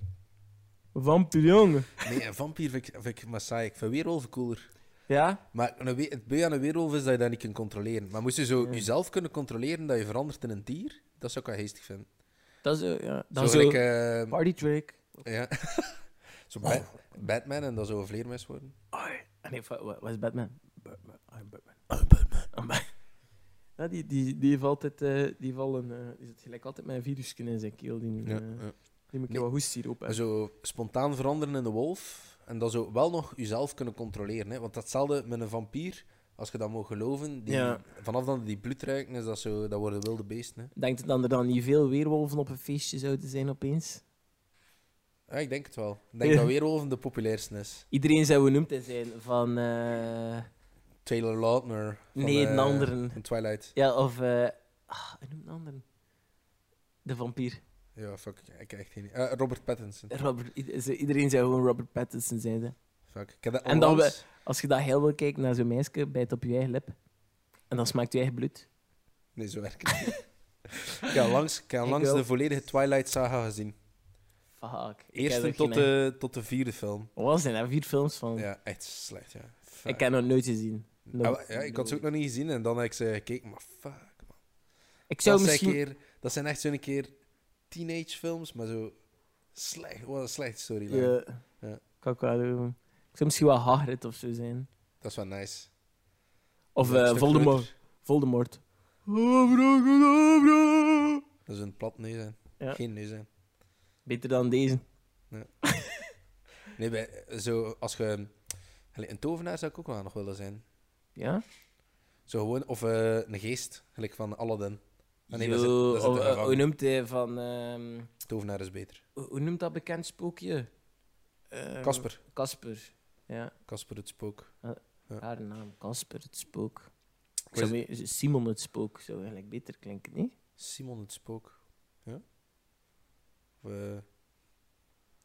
S1: Vampirjongen.
S2: Nee, een vampier vind ik, vind ik maar saai. Ik vind weerwolven cooler.
S1: Ja?
S2: Maar een we- het bij aan een weerwolf is dat je dat niet kunt controleren. Maar moest je zo
S1: Ja.
S2: jezelf kunnen controleren dat je verandert in een dier, dat zou ik wel geestig vinden.
S1: Dat is zo, ja.
S2: Dan
S1: Dan
S2: zo
S1: zo, Oh.
S2: gelijk... eh,
S1: Party trick.
S2: ja. (laughs) zo Ba- Batman en dan zo een vleermuis worden.
S1: Ah, Nee, wa- wa- wat is Batman? Batman. I'm Batman. I'm Ah, Batman. (laughs) Ja, die, die, die heeft altijd... eh, die, vallen, eh die zit gelijk altijd met een virusje in zijn keel. Die,
S2: Ja,
S1: eh,
S2: ja.
S1: die moet je
S2: Nee.
S1: wel hoestsiroop
S2: Maar
S1: hebben.
S2: zo spontaan veranderen in de wolf en dan zo wel nog jezelf kunnen controleren. Hè? Want datzelfde met een vampier, als je dat mag geloven, die,
S1: Ja.
S2: vanaf dan die bloed ruiken, is dat, zo, dat worden wilde beesten. Hè?
S1: Denkt het dan er dan niet veel weerwolven op een feestje zouden zijn opeens?
S2: Ja, ik denk het wel. Ik denk
S1: Ja.
S2: dat weerwolven de populairste is.
S1: Iedereen zou genoemd te zijn van... eh,
S2: Taylor Lautner. van,
S1: nee, een
S2: eh,
S1: anderen.
S2: Van Twilight.
S1: Ja, of... eh ah, noem een ander. De vampier.
S2: Ja, fuck. Ik heb echt geen idee. Eh, Robert Pattinson.
S1: Robert, i- ze- iedereen zou gewoon Robert Pattinson zijn. hè.
S2: Fuck. Ik heb dat
S1: En dan
S2: onlangs-
S1: Als je dat heel wil kijken naar zo'n meisje, bijt op je eigen lip. En dan smaakt je eigen bloed.
S2: Nee, zo werkt het niet. (laughs) Ik heb langs, ik heb
S1: Ik
S2: langs
S1: wel.
S2: de volledige Twilight saga gezien.
S1: Fuck. ik heb
S2: Eerst
S1: er
S2: tot
S1: geen-
S2: de, tot de vierde film.
S1: Wat zijn daar vier films van?
S2: Ja, echt slecht, ja. Fuck.
S1: ik heb nog nooit gezien.
S2: Ah,
S1: Nooit.
S2: wa- ja, ik had ze ook nog niet gezien en dan heb ik ze gekeken, maar fuck. Man.
S1: Ik zou
S2: Dat, zijn
S1: misschien...
S2: keer, dat zijn echt zo'n keer teenage films, maar zo slecht. Wat een slechte storyline.
S1: Ja.
S2: Ja.
S1: Kan ik wel doen. Ik zou misschien wel Hagrid of zo zijn.
S2: Dat is wel nice.
S1: Of
S2: Dat is een
S1: eh
S2: stuk
S1: Voldemort.
S2: groter.
S1: Voldemort.
S2: Dat is een plat neus zijn.
S1: Ja.
S2: Geen neus zijn.
S1: Beter dan deze.
S2: Nee, bij, zo, als je... Allee, een tovenaar zou ik ook wel nog willen zijn.
S1: Ja?
S2: Zo gewoon, of eh, een geest, gelijk van Aladdin. Ah, nee, dat is-
S1: Yo,
S2: dat is het
S1: of, eh,
S2: ervan.
S1: hoe noemt hij van... ehm,
S2: Tovenaar is beter.
S1: hoe hoe noemt dat bekend spookje? Ehm,
S2: Casper.
S1: Casper. Ja,
S2: Casper het spook.
S1: haar naam. Casper, het spook. Ik
S2: Wat
S1: zou me- Simon het spook zou eigenlijk beter klinken, niet?
S2: Simon het spook. Ja? Of, eh,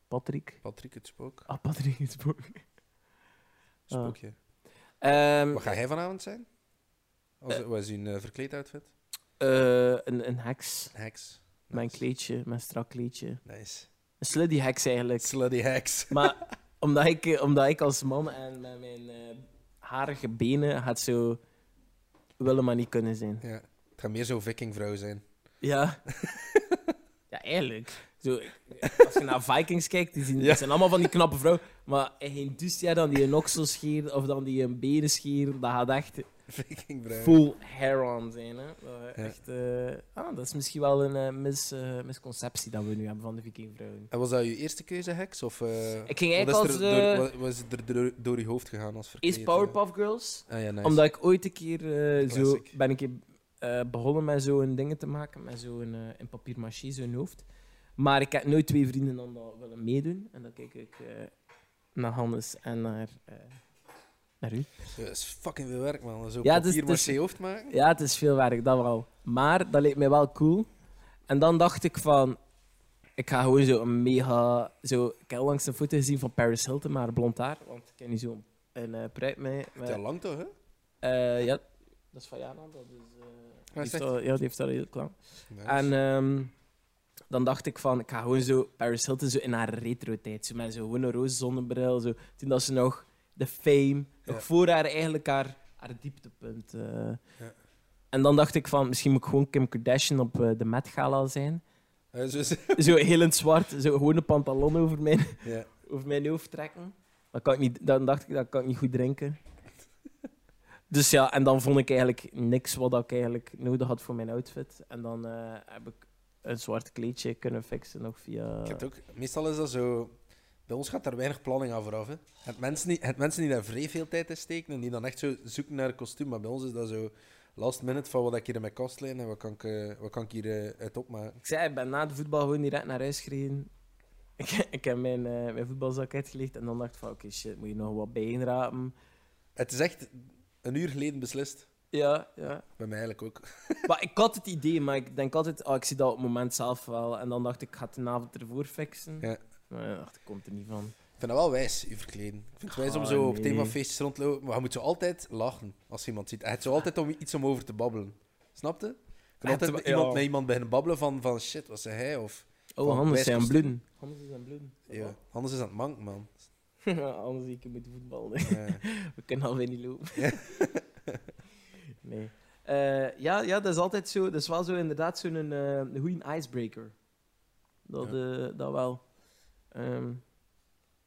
S1: Patrick.
S2: Patrick het spook.
S1: Ah, Patrick het spook. ah.
S2: Spookje.
S1: Ehm,
S2: Wat ga jij vanavond zijn? Als,
S1: Eh.
S2: wat is uw eh, verkleed outfit?
S1: eh, een, een heks.
S2: Heks.
S1: Mijn
S2: Nice.
S1: kleedje, mijn strak kleedje.
S2: Nice.
S1: Een sliddy heks eigenlijk.
S2: Slutty heks.
S1: (laughs) maar omdat ik, eh, omdat ik als man en met mijn eh, harige benen had zo willen maar niet kunnen zijn.
S2: Ja. Het gaat meer zo'n vikingvrouw zijn. (laughs)
S1: Ja. (laughs) ja, eigenlijk. Zo, ik- als je naar Vikings kijkt, die zien,
S2: Ja.
S1: dat zijn allemaal van die knappe vrouwen. Maar geen dus ja, dan die een oksel scheert of dan die een benen scheert, dat gaat echt
S2: Vikingvrouw.
S1: full hair on zijn. Hè? Dat,
S2: Ja.
S1: echt, eh, ah, dat is misschien wel een eh, mis, eh, misconceptie dat we nu hebben van de vikingvrouwen.
S2: En was dat je eerste keuze heks? Of, eh,
S1: Ik ging eigenlijk
S2: wat is
S1: als,
S2: er
S1: eh,
S2: door, wat- wat is er door, door je hoofd gegaan als verkleed?
S1: Is
S2: eh?
S1: Powerpuff Girls?
S2: Ah ja, nice.
S1: Omdat ik ooit een keer eh, zo
S2: Classic.
S1: ben ik eh begonnen met zo'n dingen te maken, met zo'n eh in papier maché, zo'n hoofd. Maar ik heb nooit twee vrienden dan dat willen meedoen. En dan kijk ik eh, naar Hannes en naar, eh, naar u.
S2: Ja, Dat is fucking veel werk, man. Zo
S1: Ja, dus
S2: ja,
S1: het is-
S2: papier
S1: het is-
S2: maché hoofd maken.
S1: Ja, het is veel werk, dat wel. Maar dat leek mij wel cool. En dan dacht ik van, ik ga gewoon zo een mega... Zo, ik heb langs een foto gezien van Paris Hilton, maar blond haar. Want ik heb nu zo'n een, eh pruik mee.
S2: Dat
S1: met-
S2: is lang toch, hè?
S1: Eh, ja, dat is van Jana. Dat is, eh, die
S2: is
S1: heeft
S2: echt-
S1: al- ja, die heeft dat heel klaar.
S2: Nice.
S1: En ehm, dan dacht ik van, ik ga gewoon zo Paris Hilton zo in haar retro-tijd. Zo met zo'n gewone roze zonnebril. Zo, toen dat ze nog de fame,
S2: Ja.
S1: nog voor haar eigenlijk haar, haar dieptepunt. eh.
S2: Ja.
S1: En dan dacht ik van, misschien moet ik gewoon Kim Kardashian op eh, de Met Gala zijn.
S2: Eh, zo is-
S1: zo heel in het zwart, zo gewoon een pantalon over mijn,
S2: (laughs) ja.
S1: over mijn hoofd trekken. Dan, kan ik niet, dan dacht ik, dat kan ik niet goed drinken. (laughs) Dus ja, en dan vond ik eigenlijk niks wat ik eigenlijk nodig had voor mijn outfit. En dan eh, heb ik een zwart kleedje kunnen fixen nog via...
S2: Ik heb het ook, meestal is dat zo Bij ons gaat daar weinig planning aan vooraf. Hè. Het, mensen die, het mensen die daar vrij veel tijd in steken en die dan echt zo zoeken naar een kostuum. Maar bij ons is dat zo last minute van wat heb ik hier in mijn kast liggen en wat kan ik, eh, wat kan ik hier eh, uit opmaken.
S1: Ik zei, ik ben na de voetbal gewoon direct naar huis gereden. (laughs) Ik, ik heb mijn, eh, mijn voetbalzak uitgelegd en dan dacht ik van, oké, shit, moet je nog wat bijeenrapen?
S2: Het is echt een uur geleden beslist.
S1: Ja, ja. (laughs)
S2: Bij mij eigenlijk ook.
S1: Maar ik had het idee, maar ik denk altijd, ah, ik zie dat op het moment zelf wel. En dan dacht ik, ik ga het de avond ervoor fixen.
S2: Ja.
S1: Maar ja, dacht, ik kom er niet van.
S2: Ik vind dat wel wijs, u verkleden. Ik vind het wijs om
S1: Ah,
S2: zo op
S1: nee.
S2: themafeestjes rond te lopen. Maar je moet zo altijd lachen als je iemand ziet. Het is zo altijd om iets om over te babbelen. Snap je? Je kan
S1: Ah,
S2: altijd
S1: het-
S2: met iemand,
S1: ja.
S2: met iemand beginnen babbelen van, van shit, wat zei hij? Of
S1: Oh,
S2: Van
S1: Hannes
S2: wijs
S1: zijn
S2: kost-
S1: bloeden. Hannes is aan bloeden.
S2: ja, anders is dat mank, man. (laughs)
S1: (laughs) Anders zie ik hem moeten voetballen. (laughs)
S2: Eh,
S1: We kunnen alweer niet lopen. (laughs) nee. Eh, ja, ja, dat is altijd zo. Dat is wel zo inderdaad zo'n eh, een goede icebreaker. Dat, eh, dat wel. Ehm,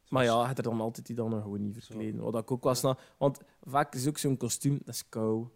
S1: maar
S2: dus-
S1: ja, het er dan altijd die dan nog gewoon niet verkleden. Wat ik ook wel snap. Want vaak is ook zo'n kostuum, dat is kou.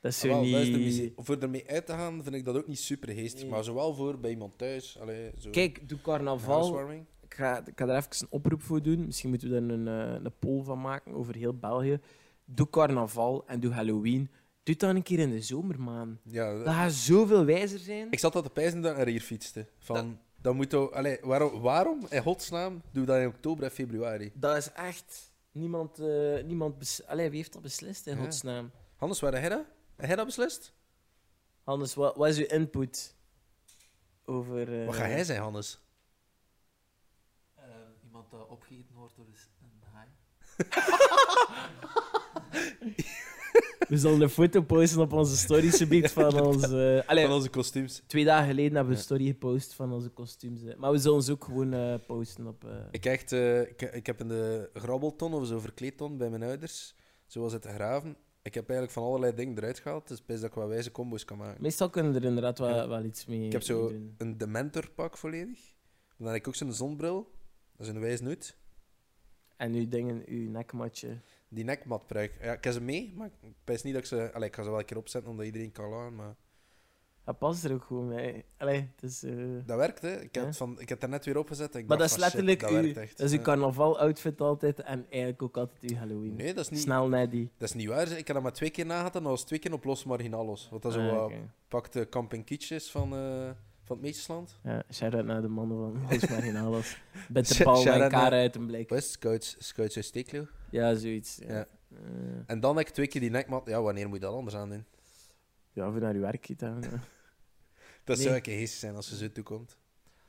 S1: Dat is zo
S2: Ah, wel, dat is de
S1: niet...
S2: muziek. Voor ermee uit te gaan vind ik dat ook niet super geestig.
S1: Nee.
S2: Maar zowel voor bij iemand thuis. Allee, zo
S1: Kijk, doe
S2: een
S1: carnaval.
S2: housewarming.
S1: Ik ga, ik ga daar even een oproep voor doen. Misschien moeten we daar een, eh, een poll van maken over heel België. Doe carnaval en doe Halloween. Doe het dan een keer in de zomermaan.
S2: Ja,
S1: Dat gaat zoveel wijzer zijn.
S2: Ik zat dat te pijzen dat ik naar hier fietste. Van, dan moet je- allee, waarom, waarom, in godsnaam, doe dat in oktober en februari?
S1: Dat is echt... Niemand... eh, niemand bes- Allee, wie heeft dat beslist, in
S2: Ja.
S1: godsnaam?
S2: Hannes, waar heb jij dat? Heb jij dat beslist?
S1: Hannes, wat, wat is uw input over... eh,
S2: Wat ga jij zijn, Hannes?
S4: iemand dat opgegeten wordt door een haai.
S1: We zullen een foto posten op onze
S2: (laughs)
S1: story beat van ons... eh, allee,
S2: Van onze kostuums.
S1: twee dagen geleden hebben we een story gepost van onze kostuums. eh. Maar we zullen ze ook gewoon eh, posten op... eh,
S2: Ik, echt, eh, ik, ik heb in de grabbelton of zo verkleedton bij mijn ouders, zoals het graven, ik heb eigenlijk van allerlei dingen eruit gehaald. Dus best dat ik wat wijze combo's kan maken.
S1: Meestal kunnen er inderdaad wel,
S2: Ja.
S1: wel iets mee
S2: Ik heb zo
S1: mee doen.
S2: een dementorpak volledig. Dan heb ik ook zo'n zonbril. Dat is een wijs nut.
S1: En uw dingen, uw nekmatje.
S2: Die nekmatpruik. Ja, ik heb ze mee, maar ik pijs niet dat ik ze... Allee, ik ga ze wel een keer opzetten, omdat iedereen kan lachen, maar...
S1: Dat past er ook gewoon bij. Allee, het is... eh,
S2: Dat werkt, hè. Ik heb,
S1: Ja.
S2: het van, ik heb het net weer opgezet. en Ik
S1: Maar dat
S2: dacht
S1: is
S2: van, shit,
S1: letterlijk Dus
S2: dat
S1: uw,
S2: werkt echt.
S1: dat is uw
S2: Ja.
S1: carnaval-outfit altijd en eigenlijk ook altijd uw Halloween.
S2: Nee, dat is, niet,
S1: Snel na die.
S2: dat is niet waar. zeg. Ik heb dat maar twee keer nagehad en dat was twee keer op Los Marginalos. Wat dat zo
S1: Ah,
S2: wat
S1: oké.
S2: pakte Kamp en Kitsch is van, eh, van het Meetjesland.
S1: Ja, shout-out naar de mannen
S2: (laughs)
S1: van Los Marginalos. Bitter
S2: Sh-
S1: Paul en
S2: shout-out naar-
S1: Kara uit een blik.
S2: Wat is het? Scouts, Scouts uit Steeklo.
S1: Ja, zoiets. Ja.
S2: Ja.
S1: Eh,
S2: En dan heb ik twee keer die nekmat. Ja, wanneer moet je dat anders aandoen?
S1: ja, voor naar uw werk te gaan. ja.
S2: Dat
S1: Nee.
S2: zou ik geestig zijn als ze zo toekomt.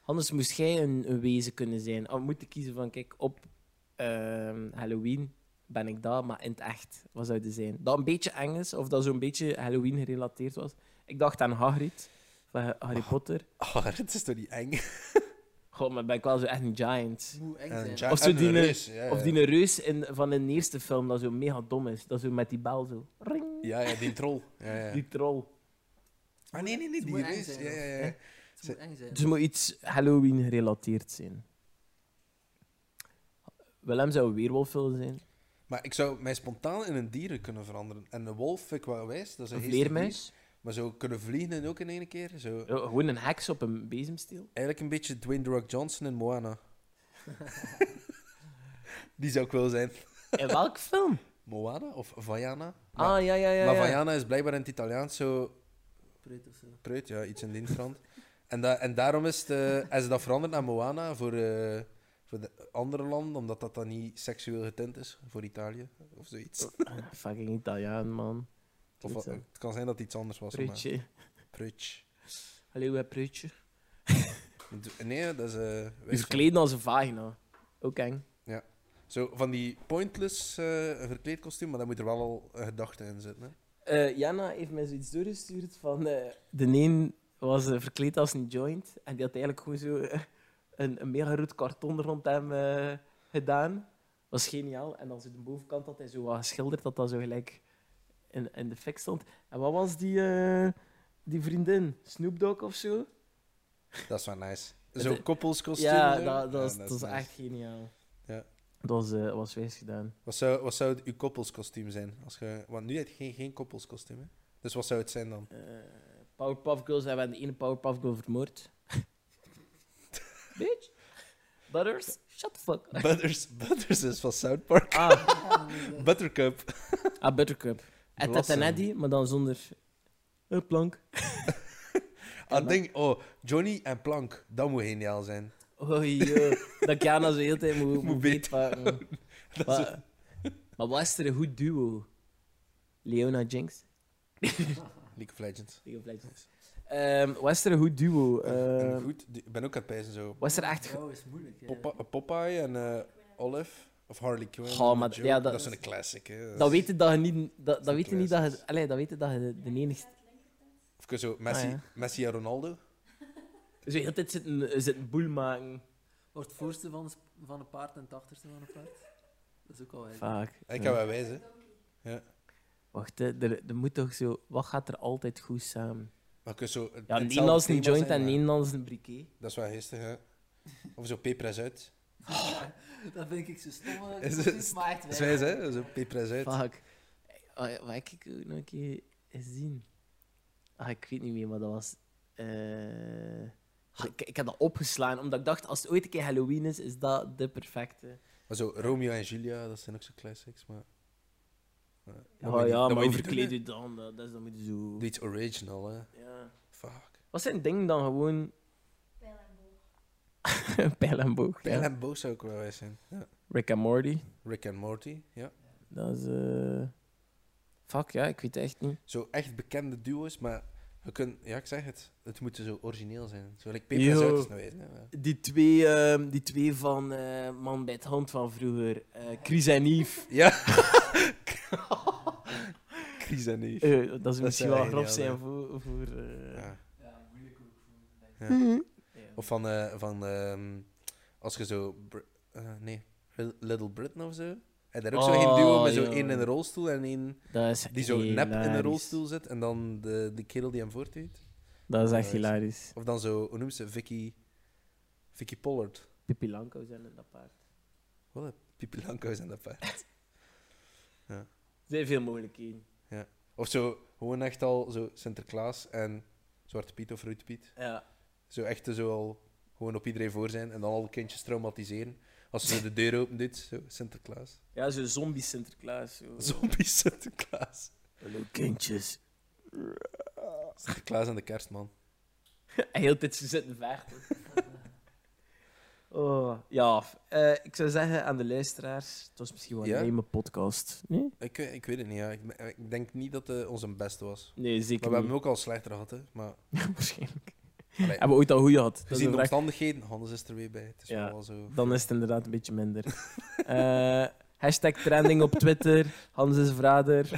S1: Anders moest jij een, een wezen kunnen zijn. Al moet ik kiezen van, kijk, op ehm, Halloween ben ik daar, maar in het echt, wat zou het zijn? Dat een beetje eng is, of dat zo'n beetje Halloween gerelateerd was. Ik dacht aan Hagrid, van Ha- Harry Potter.
S2: Oh, (laughs) dat is toch niet eng?
S1: Goh, maar ben ik wel zo echt een giant.
S4: Moet eng
S2: En een
S4: zijn.
S2: ja-
S1: Of zo
S2: en een
S1: die-
S2: reus, ja,
S1: Of
S2: ja.
S1: die een reus in, van een eerste film, dat zo mega dom is. Dat zo met die bel zo, ring,
S2: Ja, ja, die troll. Ja, ja.
S1: die troll.
S2: Ah, nee, nee, nee,
S4: Het
S2: die
S4: moet eng
S2: reus.
S4: zijn,
S2: Ja,
S4: hoor.
S2: ja, ja.
S4: Het moet eng zijn.
S1: Dus het moet iets Halloween gerelateerd zijn. Willem zou een weerwolf willen zijn.
S2: Maar ik zou mij spontaan in een dieren kunnen veranderen. En een wolf vind ik wel wijs. Dat is een
S1: Een
S2: geestig dier.
S1: vleermuis.
S2: Maar zo kunnen vliegen en ook in één keer. Zo.
S1: Ja, Gewoon een heks op een bezemsteel.
S2: Eigenlijk een beetje Dwayne The Rock Johnson in Moana. Die zou ik wel zijn.
S1: In welk film?
S2: Moana of Vaiana? Maar,
S1: Ah, ja, ja, ja.
S2: maar
S1: ja.
S2: Vaiana is blijkbaar in het Italiaans zo
S4: Preut of zo.
S2: preut, ja, iets in die trant. En, da en daarom is het, eh, hebben ze dat veranderd naar Moana voor, eh, voor de andere landen, omdat dat dan niet seksueel getint is voor Italië of zoiets.
S1: Ah, (laughs) Fucking Italiaan, man.
S2: Of, wat-
S1: Zoiets,
S2: het kan zijn dat het iets anders was. maar-
S1: Prutje.
S2: Preutje.
S1: Hallo, hè, prutje.
S2: Nee, dat is... eh,
S1: U
S2: weet ik veel.
S1: verkleden als een vagina. Ook eng.
S2: Zo, van die pointless eh verkleed kostuum, maar daar moet er wel al een gedachte in zitten. Hè?
S1: Eh, Jana heeft mij zoiets doorgestuurd van... eh, de een was eh, verkleed als een joint. En die had eigenlijk gewoon zo eh, een, een mega rood karton rond hem eh, gedaan. Was geniaal. En dan zo de bovenkant had hij zo wat geschilderd dat dat zo gelijk in, in de fik stond. En wat was die, eh, die vriendin? Snoop Dogg of zo?
S2: Dat is wel nice.
S1: Het-
S2: Zo'n koppelskostuum.
S1: Ja,
S2: zo.
S1: dat, dat, is,
S2: Ja,
S1: dat
S2: is
S1: is
S2: nice.
S1: echt geniaal.
S2: Ja.
S1: Dat was, eh, was wijs gedaan.
S2: Wat zou, wat zou het uw koppelskostuum zijn? Als ge... Want nu heb je geen, geen koppelskostuum. Hè? Dus wat zou het zijn
S1: (laughs)
S2: dan?
S1: Eh, Powerpuff Girls hebben de ene Powerpuff Girl vermoord. Bitch. Butters? Shut the fuck up.
S2: Butters, Butters is van South Park.
S1: Ah,
S4: (laughs)
S2: Buttercup.
S1: ah Buttercup. En
S2: Blossom.
S1: Tatanaddy, maar dan zonder... Een plank.
S2: Ah, ding, oh, Johnny en Plank, dat moet geniaal zijn.
S1: Oei, Oh, joh. eh,
S2: (laughs)
S1: dat Kiana zo heel de tijd moet, moet
S2: Moet beet
S1: beetpakken. Maar, maar wat is er een goed duo? Leona Jinx?
S2: League of Legends.
S1: League of Legends. Ehm, wat is er een goed duo?
S2: En
S1: Ehm,
S2: goed, die- ik ben ook aan het pijzen zo.
S1: wat is er echt... ge-
S4: Vrouw is moeilijk. hè.
S2: Popa- Popeye en eh, Olive. Of Harley Quinn.
S1: Goh,
S2: en
S1: maar
S2: Joe.
S1: ja, dat-
S2: dat, is een classic. Hè.
S1: Dat weten dat je niet... Dat, dat
S2: een
S1: weten niet dat je... Allee, dat weten dat je de enigste...
S2: Of kun je zo Messi,
S1: Ah, ja.
S2: Messi en Ronaldo.
S1: Zo de hele tijd zitten, eh, zitten boel maken.
S4: Wordt het voorste van, een sp- van een paard en het achterste van een paard. Dat is ook al eigenlijk.
S1: Vaak.
S2: Eh, Ik
S1: Ja.
S2: ga wel wijzen.
S1: Wacht, hè, er, er moet toch zo... Wat gaat er altijd goed samen?
S2: Maar kun je zo
S1: Ja,
S2: hetzelfde
S1: Nederlands een
S2: thema
S1: joint
S2: zijn,
S1: en
S2: maar
S1: Nederlands een briquet.
S2: Dat is wel geestig, hè. Of zo Pepres uit.
S4: Dat vind ik zo stom. eh,
S2: Is
S4: dat
S2: het-
S4: is maar echt
S2: Dat is
S4: wij.
S2: wijs, hè. Zo Pepres uit.
S1: Fuck. Oh, ja, Wat heb ik ook nog een keer gezien? Ah, ik weet niet meer, maar dat was... eh, ah, Ik, ik heb dat opgeslaan, omdat ik dacht, als het ooit een keer Halloween is, is dat de perfecte.
S2: Maar zo Romeo en Julia, dat zijn ook zo classics. Maar... Ja,
S1: Oh Ja,
S2: moet je niet-
S1: ja
S2: dat moet
S1: maar hoe
S2: je niet doen,
S1: verkleed
S2: hè.
S1: je dan? Dat, dat is dan moet je zo...
S2: Doe iets original, hè.
S1: Ja.
S2: Fuck.
S1: Wat zijn dingen dan gewoon... (laughs) Pijl en boog. Pijl
S2: Pijl
S1: en boog, ja.
S2: en Boog zou ook wel wijs zijn. Ja.
S1: Rick and Morty.
S2: Rick en Morty, ja.
S1: Dat is... eh, Fuck, ja, ik weet het echt niet.
S2: Zo echt bekende duo's, maar we kunnen, ja, ik zeg het, het moet zo origineel zijn. Zo, like
S1: Yo.
S2: Pepper Zuid is nou wijs, hè.
S1: (laughs)
S2: Ja.
S1: Die twee, ehm, die twee van eh, Man bij het Hand van vroeger. eh, Chris en Yves.
S2: Ja. (laughs) Chris en Eve.
S1: (laughs) Eh, dat is misschien
S2: wel
S1: wel grof
S2: ideaal,
S1: zijn
S2: hè.
S1: voor. voor eh,
S2: Ja.
S4: Ja, moeilijk ook. voor-
S1: Mhm. ja.
S2: Of van, eh, van ehm, als je zo, Br- eh, nee, Ri- Little Britain of zo. En daar ook zo
S1: Oh,
S2: geen duo met zo
S1: ja.
S2: één in een rolstoel en één
S1: Dat is
S2: die zo nep in een
S1: hilarisch.
S2: rolstoel zit en dan de, de kerel die hem voortduwt.
S1: Dat is echt
S2: Ja,
S1: hilarisch.
S2: Of dan zo, hoe noemt ze, Vicky, Vicky Pollard.
S1: Pippi Lanko zijn in dat paard.
S2: Pipi Lankaus en dat paard.
S1: Er zijn veel mogelijkheden.
S2: Of zo, gewoon echt al zo Sinterklaas en Zwarte Piet of Rood Piet.
S1: Ja.
S2: Zo echt zo al gewoon op iedereen voor zijn en dan alle kindjes traumatiseren. Als ze de deur open doet, zo Sinterklaas.
S1: Ja, zo'n zombie Sinterklaas. Zo.
S2: Zombie Sinterklaas.
S1: Hallo kindjes.
S2: Sinterklaas en de kerstman.
S1: En heel de tijd ze zitten vechten. (laughs) Oh, ja, eh, ik zou zeggen aan de luisteraars, het was misschien wel een
S2: Ja?
S1: lame podcast. Nee,
S2: Ik, eh, ik weet het niet, ja. ik, ik denk niet dat het onze beste was.
S1: nee
S2: Maar
S1: zeker
S2: we hebben
S1: niet.
S2: hem ook al slechter gehad, hè.
S1: (laughs)
S2: Maar
S1: Waarschijnlijk.
S2: allee,
S1: Hebben we ooit al goed gehad? Dat is
S2: gezien
S1: een
S2: de
S1: vraag.
S2: omstandigheden, Hannes is er weer bij. Het is
S1: Ja.
S2: wel zo...
S1: Dan is het inderdaad een beetje minder. (laughs) Eh, hashtag trending op Twitter. Hans is
S2: (laughs)
S1: vrader.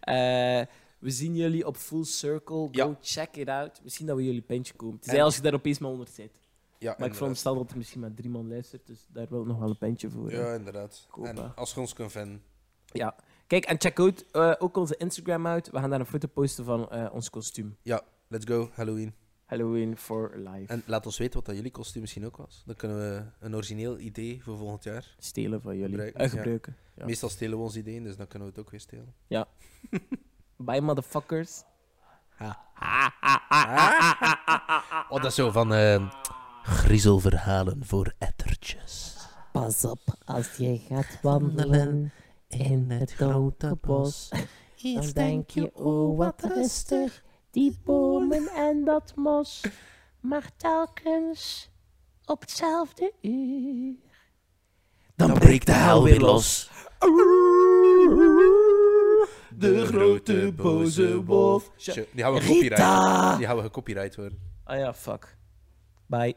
S1: Eh, we zien jullie op Full Circle. Go
S2: Ja.
S1: check it out. Misschien dat we jullie pintje komen. Het is
S2: En-
S1: als je daar opeens maar onder zit.
S2: Ja,
S1: Maar ik
S2: inderdaad.
S1: veronderstel dat er misschien maar drie man luistert. Dus daar wil ik nog wel een pintje voor. hè.
S2: Ja, inderdaad.
S1: Koop, hè.
S2: En als je ons kunt vinden...
S1: Kijk, en check out, eh, ook onze Instagram uit. We gaan daar een foto posten van eh, ons kostuum.
S2: Let's go, Halloween.
S1: Halloween for life.
S2: En laat ons weten wat dat jullie kostuum misschien ook was. Dan kunnen we een origineel idee voor volgend jaar.
S1: Stelen van jullie.
S2: Gebruiken,
S1: Eh,
S2: ja.
S1: gebruiken. Ja.
S2: Meestal stelen we ons ideeën, dus dan kunnen we het ook weer stelen.
S1: Bye, motherfuckers.
S2: Oh, dat is zo van...
S3: Griezelverhalen voor ettertjes.
S5: Pas op als je gaat wandelen in het grote bos. Dan denk je, oh wat rustig, die bomen en dat mos. Maar telkens op hetzelfde uur.
S3: Dan breekt de hel weer los.
S2: De grote boze wolf. Tjo, Die gaan we copyright. Die gaan we gecopyright worden.
S1: Ah ja, fuck. Bye.